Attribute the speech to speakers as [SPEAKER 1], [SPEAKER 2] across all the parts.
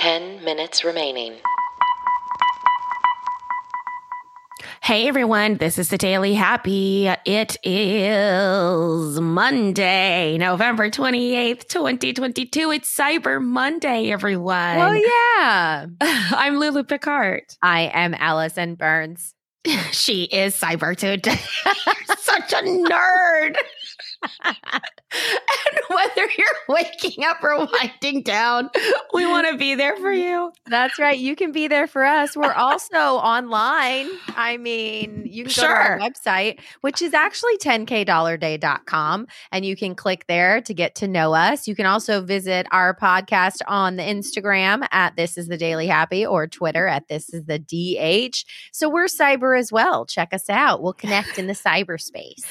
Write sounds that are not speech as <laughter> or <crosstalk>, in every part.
[SPEAKER 1] 10 minutes remaining.
[SPEAKER 2] Hey everyone, this is the Daily Happy. It is Monday, November 28th, 2022. It's Cyber Monday, everyone. <laughs>
[SPEAKER 3] Well, yeah.
[SPEAKER 2] I'm Lulu Picard.
[SPEAKER 3] I am Allison Burns.
[SPEAKER 2] <laughs> She is cyber today. <laughs> Such a nerd. <laughs> and whether you're waking up or winding down, we want to be there for you.
[SPEAKER 3] That's right. You can be there for us. We're also online. I mean, you can go to
[SPEAKER 2] Sure.
[SPEAKER 3] our website, which is actually 10kdollarday.com, and you can click there to get to know us. You can also visit our podcast on the Instagram at This Is The Daily Happy or Twitter at This Is The DH. So we're cyber as well. Check us out. We'll connect in the cyberspace.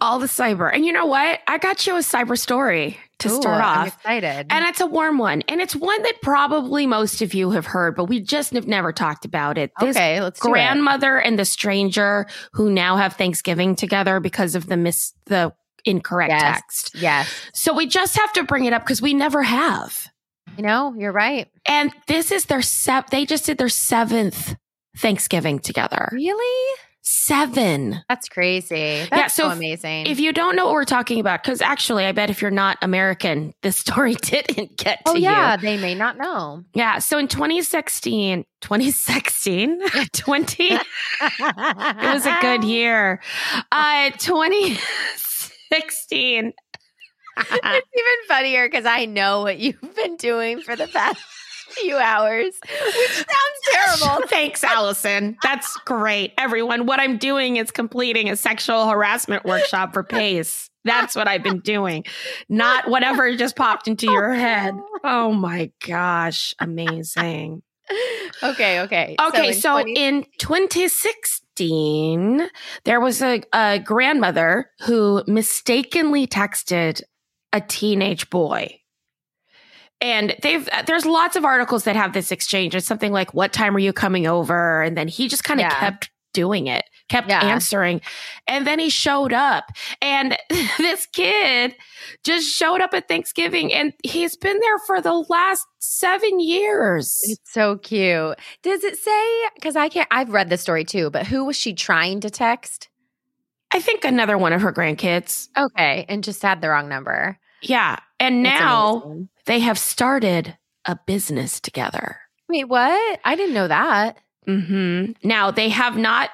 [SPEAKER 2] All the cyber. And you know what? I got you a cyber story to
[SPEAKER 3] Ooh,
[SPEAKER 2] start
[SPEAKER 3] I'm
[SPEAKER 2] off.
[SPEAKER 3] excited.
[SPEAKER 2] And it's a warm one. And it's one that probably most of you have heard, but we just have never talked about it. This
[SPEAKER 3] okay, let's do it.
[SPEAKER 2] grandmother and the stranger who now have Thanksgiving together because of the mis the incorrect
[SPEAKER 3] Yes.
[SPEAKER 2] text.
[SPEAKER 3] Yes.
[SPEAKER 2] So we just have to bring it up because we never have.
[SPEAKER 3] You know, you're right.
[SPEAKER 2] And this is their se- they just did their seventh Thanksgiving together.
[SPEAKER 3] Really?
[SPEAKER 2] Seven.
[SPEAKER 3] That's crazy. That's
[SPEAKER 2] Yeah, so
[SPEAKER 3] so,
[SPEAKER 2] if-
[SPEAKER 3] amazing.
[SPEAKER 2] If you don't know what we're talking about, because actually I bet if you're not American, <laughs> this story didn't get
[SPEAKER 3] oh
[SPEAKER 2] to you.
[SPEAKER 3] yeah, they may not <laughs> know.
[SPEAKER 2] Yeah. So in <laughs> 2016,
[SPEAKER 3] <laughs>
[SPEAKER 2] 2016, 20, it
[SPEAKER 3] it
[SPEAKER 2] was a good year. Uh, 2016.
[SPEAKER 3] <laughs>
[SPEAKER 2] <laughs>
[SPEAKER 3] it's even funnier because I know what you've been doing for the past <laughs> few hours, which sounds terrible.
[SPEAKER 2] <laughs> Thanks, Allison. That's great. Everyone, what I'm doing is completing a sexual harassment workshop for PACE. That's what I've been doing, not whatever just popped into your
[SPEAKER 3] <laughs>
[SPEAKER 2] head. Oh my gosh. Amazing.
[SPEAKER 3] <laughs> okay, okay.
[SPEAKER 2] Okay,
[SPEAKER 3] in
[SPEAKER 2] so
[SPEAKER 3] 20
[SPEAKER 2] in 2016, there was a, a grandmother who mistakenly texted a teenage boy. And they've uh, there's lots of articles that have this exchange. It's something like, "What time are you coming over?" And then he just kind of
[SPEAKER 3] Yeah.
[SPEAKER 2] kept doing it, kept
[SPEAKER 3] Yeah.
[SPEAKER 2] answering, and then he showed up. And <laughs> this kid just showed up at Thanksgiving, and he's been there for the last seven years.
[SPEAKER 3] it's so cute. Does it say? Because I can't. I've read the story too, but who was she trying to text?
[SPEAKER 2] I think another one of her grandkids.
[SPEAKER 3] Okay, and just had the wrong number.
[SPEAKER 2] Yeah. And
[SPEAKER 3] That's
[SPEAKER 2] now
[SPEAKER 3] amazing.
[SPEAKER 2] they have started a business together.
[SPEAKER 3] wait, what? I didn't know that.
[SPEAKER 2] hmm
[SPEAKER 3] Mm-hmm.
[SPEAKER 2] Now they have not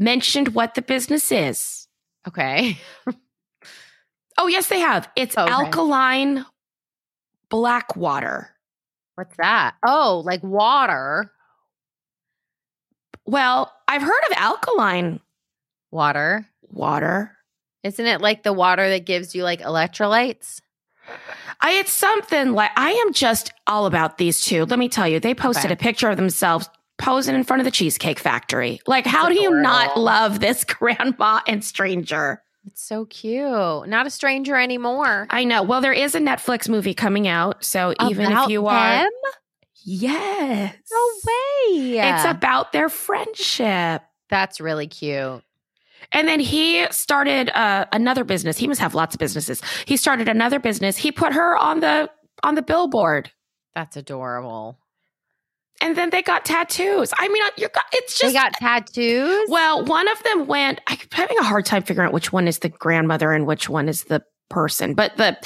[SPEAKER 2] mentioned what the business is.
[SPEAKER 3] Okay. <laughs>
[SPEAKER 2] Oh, yes, they have. It's
[SPEAKER 3] Okay.
[SPEAKER 2] alkaline black water.
[SPEAKER 3] What's that? Oh, like water.
[SPEAKER 2] Well, I've heard of alkaline
[SPEAKER 3] Water.
[SPEAKER 2] water.
[SPEAKER 3] Isn't it like the water that gives you like electrolytes?
[SPEAKER 2] I it's something like I am just all about these two. Let me tell you, they posted
[SPEAKER 3] Okay.
[SPEAKER 2] a picture of themselves posing in front of the Cheesecake Factory. Like, how do you not
[SPEAKER 3] adorable.
[SPEAKER 2] love this <laughs> grandma and stranger?
[SPEAKER 3] It's so cute. Not a stranger anymore.
[SPEAKER 2] I know. Well, there is a Netflix movie coming out, so even if
[SPEAKER 3] About
[SPEAKER 2] you are,
[SPEAKER 3] them?
[SPEAKER 2] yes,
[SPEAKER 3] no way.
[SPEAKER 2] it's about their friendship.
[SPEAKER 3] that's really cute.
[SPEAKER 2] And then he started uh, another business. He must have lots of businesses. He started another business. He put her on the on the billboard,
[SPEAKER 3] That's adorable.
[SPEAKER 2] and then they got tattoos. I mean, you got it's
[SPEAKER 3] They
[SPEAKER 2] just. uh,
[SPEAKER 3] got tattoos.
[SPEAKER 2] well, one of them went. I'm having a hard time figuring out which one is the grandmother and which one is the person. But the,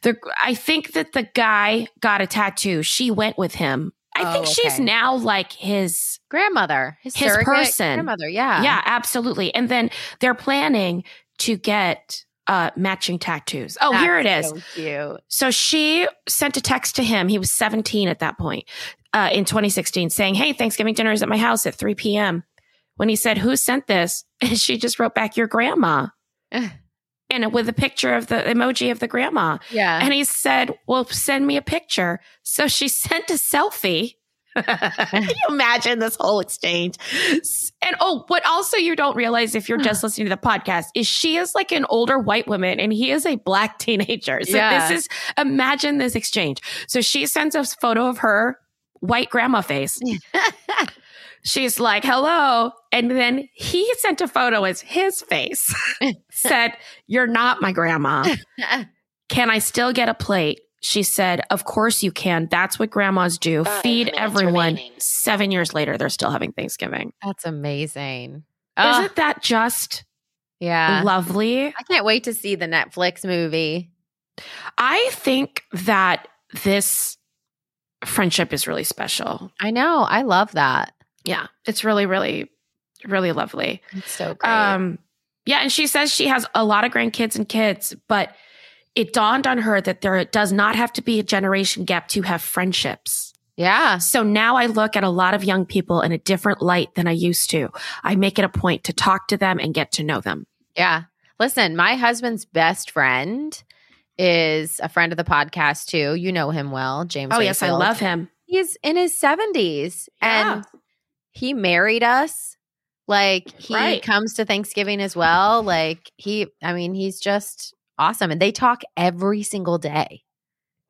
[SPEAKER 2] the I think that the guy got a tattoo. She went with him. I
[SPEAKER 3] Oh,
[SPEAKER 2] think she's
[SPEAKER 3] okay.
[SPEAKER 2] now like his.
[SPEAKER 3] grandmother, his,
[SPEAKER 2] His
[SPEAKER 3] surrogate
[SPEAKER 2] person.
[SPEAKER 3] grandmother. Yeah,
[SPEAKER 2] yeah, absolutely. And then they're planning to get uh matching tattoos. Oh,
[SPEAKER 3] That's
[SPEAKER 2] here it is.
[SPEAKER 3] So cute.
[SPEAKER 2] So she sent a text to him. He was 17 at that point uh, in 2016, saying, Hey, Thanksgiving dinner is at my house at 3 p.m. When he said, Who sent this? <laughs> And she just wrote back, Your grandma. and with a picture of the emoji of the grandma.
[SPEAKER 3] Yeah,
[SPEAKER 2] And he said, Well, send me a picture. So she <laughs> sent a selfie. Can you <laughs> imagine this whole exchange? S- And oh, what also you don't realize if you're just listening to the podcast is she is like an older white woman and he is a black <laughs> teenager. So
[SPEAKER 3] Yeah.
[SPEAKER 2] this is imagine this exchange. So she sends us a photo of her white grandma face. She's like, hello. And then he sent a photo as his face, <laughs> said, You're not my grandma. Can I still get a plate? She said, Of course you can. That's what grandmas do.
[SPEAKER 1] Five
[SPEAKER 2] Feed
[SPEAKER 1] minutes
[SPEAKER 2] everyone.
[SPEAKER 1] remaining.
[SPEAKER 2] Seven years later, they're still having Thanksgiving.
[SPEAKER 3] <laughs> That's amazing. Oh,
[SPEAKER 2] Isn't that just
[SPEAKER 3] yeah.
[SPEAKER 2] lovely?
[SPEAKER 3] I can't wait to see the Netflix movie.
[SPEAKER 2] I think that this friendship is really special.
[SPEAKER 3] I know. I love that.
[SPEAKER 2] Yeah. It's really, really, really lovely.
[SPEAKER 3] It's so great.
[SPEAKER 2] Um, yeah, and she says she has a lot of grandkids and kids, but it dawned on her that there does not have to be a generation gap to have friendships.
[SPEAKER 3] yeah.
[SPEAKER 2] So now I look at a lot of young people in a different light than I used to. I make it a point to talk to them and get to know them.
[SPEAKER 3] Yeah. Listen, my husband's best friend is a friend of the podcast too. You know him well, James.
[SPEAKER 2] Oh, yes, I
[SPEAKER 3] Mayfield.
[SPEAKER 2] love him.
[SPEAKER 3] He's in his 70s
[SPEAKER 2] Yeah.
[SPEAKER 3] and he married us. Like he
[SPEAKER 2] Right.
[SPEAKER 3] comes to Thanksgiving as well. Like he I mean, he's just awesome and they talk every single day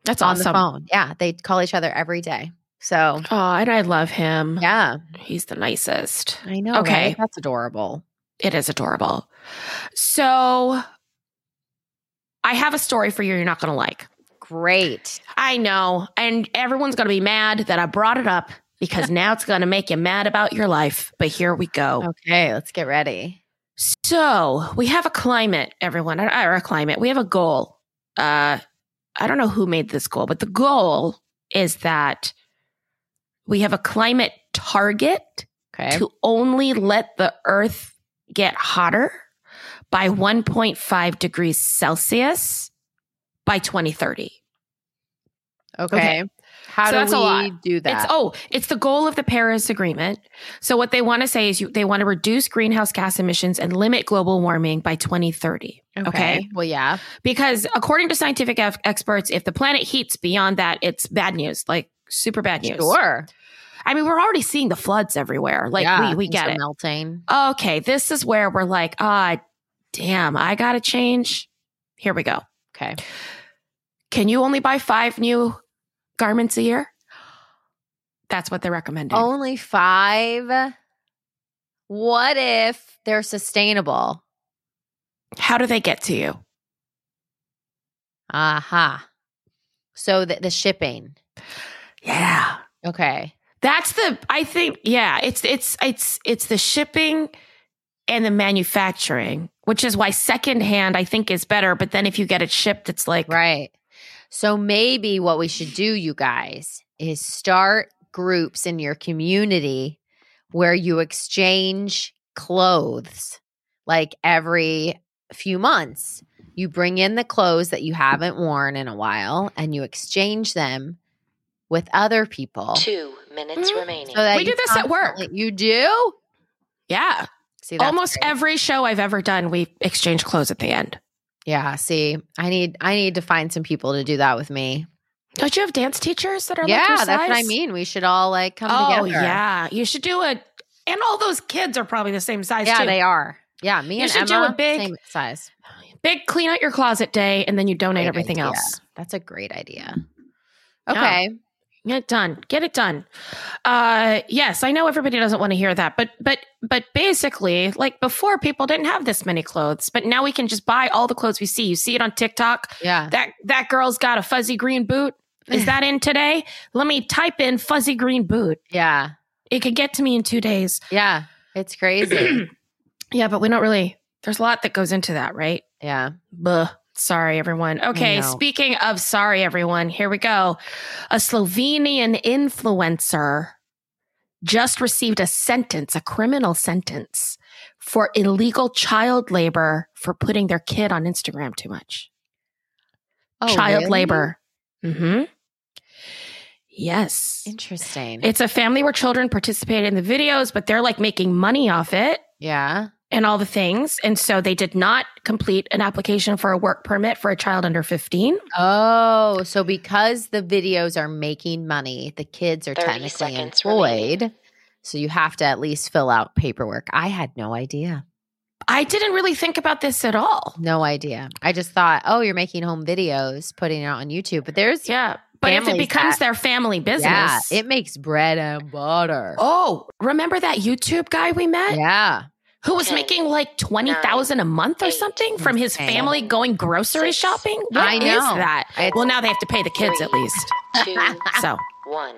[SPEAKER 2] That's
[SPEAKER 3] on the
[SPEAKER 2] awesome.
[SPEAKER 3] phone. Yeah, they call each other every day. So,
[SPEAKER 2] Oh, and I love him.
[SPEAKER 3] yeah,
[SPEAKER 2] He's the nicest.
[SPEAKER 3] I know.
[SPEAKER 2] Okay.
[SPEAKER 3] right? That's adorable.
[SPEAKER 2] It is adorable. So I have a story for you you're not going to like.
[SPEAKER 3] Great.
[SPEAKER 2] I know. And everyone's going to be mad that I brought it up
[SPEAKER 3] <laughs>
[SPEAKER 2] because now it's going to make you mad about your life. But here we go.
[SPEAKER 3] Okay, let's get ready.
[SPEAKER 2] So we have a climate, everyone, or or a climate. We have a goal. Uh, I don't know who made this goal, but the goal is that we have a climate target
[SPEAKER 3] Okay.
[SPEAKER 2] to only let the earth get hotter by 1.5 degrees Celsius by 2030.
[SPEAKER 3] Okay. How
[SPEAKER 2] So
[SPEAKER 3] do
[SPEAKER 2] that's a
[SPEAKER 3] we
[SPEAKER 2] lot.
[SPEAKER 3] do that?
[SPEAKER 2] It's oh, it's the goal of the Paris Agreement. So what they want to say is you, they want to reduce greenhouse gas emissions and limit global warming by 2030. Okay.
[SPEAKER 3] Well, yeah.
[SPEAKER 2] Because according to scientific ex- experts, if the planet heats beyond that, it's bad news, like super bad news.
[SPEAKER 3] Sure.
[SPEAKER 2] I mean, we're already seeing the floods everywhere. Like
[SPEAKER 3] Yeah,
[SPEAKER 2] we we
[SPEAKER 3] things
[SPEAKER 2] get
[SPEAKER 3] are
[SPEAKER 2] it.
[SPEAKER 3] melting.
[SPEAKER 2] Okay, this is where we're like, ah, damn, I got to change. Here we go.
[SPEAKER 3] Okay.
[SPEAKER 2] Can you only buy 5 new garments a year? That's what they're recommending.
[SPEAKER 3] Only five. What if they're sustainable?
[SPEAKER 2] How do they get to you?
[SPEAKER 3] Aha. So the, the shipping.
[SPEAKER 2] Yeah.
[SPEAKER 3] Okay.
[SPEAKER 2] That's the I think yeah, it's it's it's it's the shipping and the manufacturing, which is why secondhand I think is better, but then if you get it shipped it's like
[SPEAKER 3] Right. So maybe what we should do, you guys, is start groups in your community where you exchange clothes like every few months. You bring in the clothes that you haven't worn in a while and you exchange them with other people.
[SPEAKER 1] Two minutes
[SPEAKER 2] Mm.
[SPEAKER 1] remaining.
[SPEAKER 3] So that
[SPEAKER 2] We
[SPEAKER 3] you
[SPEAKER 2] do this at work.
[SPEAKER 3] constantly- You do?
[SPEAKER 2] yeah,
[SPEAKER 3] See, that's
[SPEAKER 2] almost
[SPEAKER 3] great.
[SPEAKER 2] every show I've ever done we exchange clothes at the end.
[SPEAKER 3] Yeah. See, I need I need to find some people to do that with me.
[SPEAKER 2] Don't you have dance teachers that are
[SPEAKER 3] yeah,
[SPEAKER 2] like your
[SPEAKER 3] that's what I
[SPEAKER 2] size?
[SPEAKER 3] mean. We should all like come
[SPEAKER 2] Oh
[SPEAKER 3] together.
[SPEAKER 2] yeah, you should do a and all those kids are probably the same size
[SPEAKER 3] yeah,
[SPEAKER 2] too.
[SPEAKER 3] they are. Yeah, me
[SPEAKER 2] You
[SPEAKER 3] and
[SPEAKER 2] should do
[SPEAKER 3] Emma,
[SPEAKER 2] a big-
[SPEAKER 3] same size.
[SPEAKER 2] Big clean out your closet day and then you donate
[SPEAKER 3] Great
[SPEAKER 2] everything
[SPEAKER 3] idea.
[SPEAKER 2] else.
[SPEAKER 3] That's a great idea.
[SPEAKER 2] Yeah.
[SPEAKER 3] Okay.
[SPEAKER 2] Get it done. Get it done. Uh yes, I know everybody doesn't want to hear that, but but but basically, like before people didn't have this many clothes, but now we can just buy all the clothes we see. You see it on TikTok.
[SPEAKER 3] Yeah.
[SPEAKER 2] That that girl's got a fuzzy green boot. Is
[SPEAKER 3] <sighs>
[SPEAKER 2] that in today? Let me type in fuzzy green boot.
[SPEAKER 3] Yeah.
[SPEAKER 2] It could get to me in 2 days.
[SPEAKER 3] Yeah. It's crazy.
[SPEAKER 2] <clears throat> Yeah, but we don't really there's a lot that goes into that, right?
[SPEAKER 3] yeah.
[SPEAKER 2] Buh. Sorry, everyone. Okay,
[SPEAKER 3] know.
[SPEAKER 2] speaking of sorry, everyone, here we go. A Slovenian influencer just received a sentence, a criminal sentence, for illegal child labor for putting their kid on Instagram too much.
[SPEAKER 3] Oh,
[SPEAKER 2] child
[SPEAKER 3] really?
[SPEAKER 2] labor. hmm Yes.
[SPEAKER 3] Interesting.
[SPEAKER 2] It's a family where children participate in the videos, but they're like making money off it
[SPEAKER 3] yeah.
[SPEAKER 2] and all the things. And so they did not complete an application for a work permit for a child under 15.
[SPEAKER 3] Oh, so because the videos are making money, the kids are
[SPEAKER 1] 30
[SPEAKER 3] technically
[SPEAKER 1] seconds
[SPEAKER 3] employed.
[SPEAKER 1] remaining.
[SPEAKER 3] So you have to at least fill out paperwork. I had no idea.
[SPEAKER 2] I didn't really think about this at all.
[SPEAKER 3] No idea. I just thought, oh, you're making home videos, putting it out on YouTube. But there's
[SPEAKER 2] Yeah. But if it
[SPEAKER 3] Families
[SPEAKER 2] becomes
[SPEAKER 3] that-
[SPEAKER 2] their family
[SPEAKER 3] yeah,
[SPEAKER 2] business.
[SPEAKER 3] it makes bread and butter.
[SPEAKER 2] oh, remember that YouTube guy we met
[SPEAKER 3] yeah.
[SPEAKER 2] who was making like 20,000 a month or
[SPEAKER 1] eight,
[SPEAKER 2] something from his
[SPEAKER 3] seven,
[SPEAKER 2] family going grocery
[SPEAKER 1] six,
[SPEAKER 2] shopping? What
[SPEAKER 3] I
[SPEAKER 2] is
[SPEAKER 3] know.
[SPEAKER 2] that?
[SPEAKER 3] It's- <laughs>
[SPEAKER 2] well, now they have to pay the kids at <laughs>
[SPEAKER 1] three.
[SPEAKER 2] least.
[SPEAKER 1] two,
[SPEAKER 2] So,
[SPEAKER 1] one.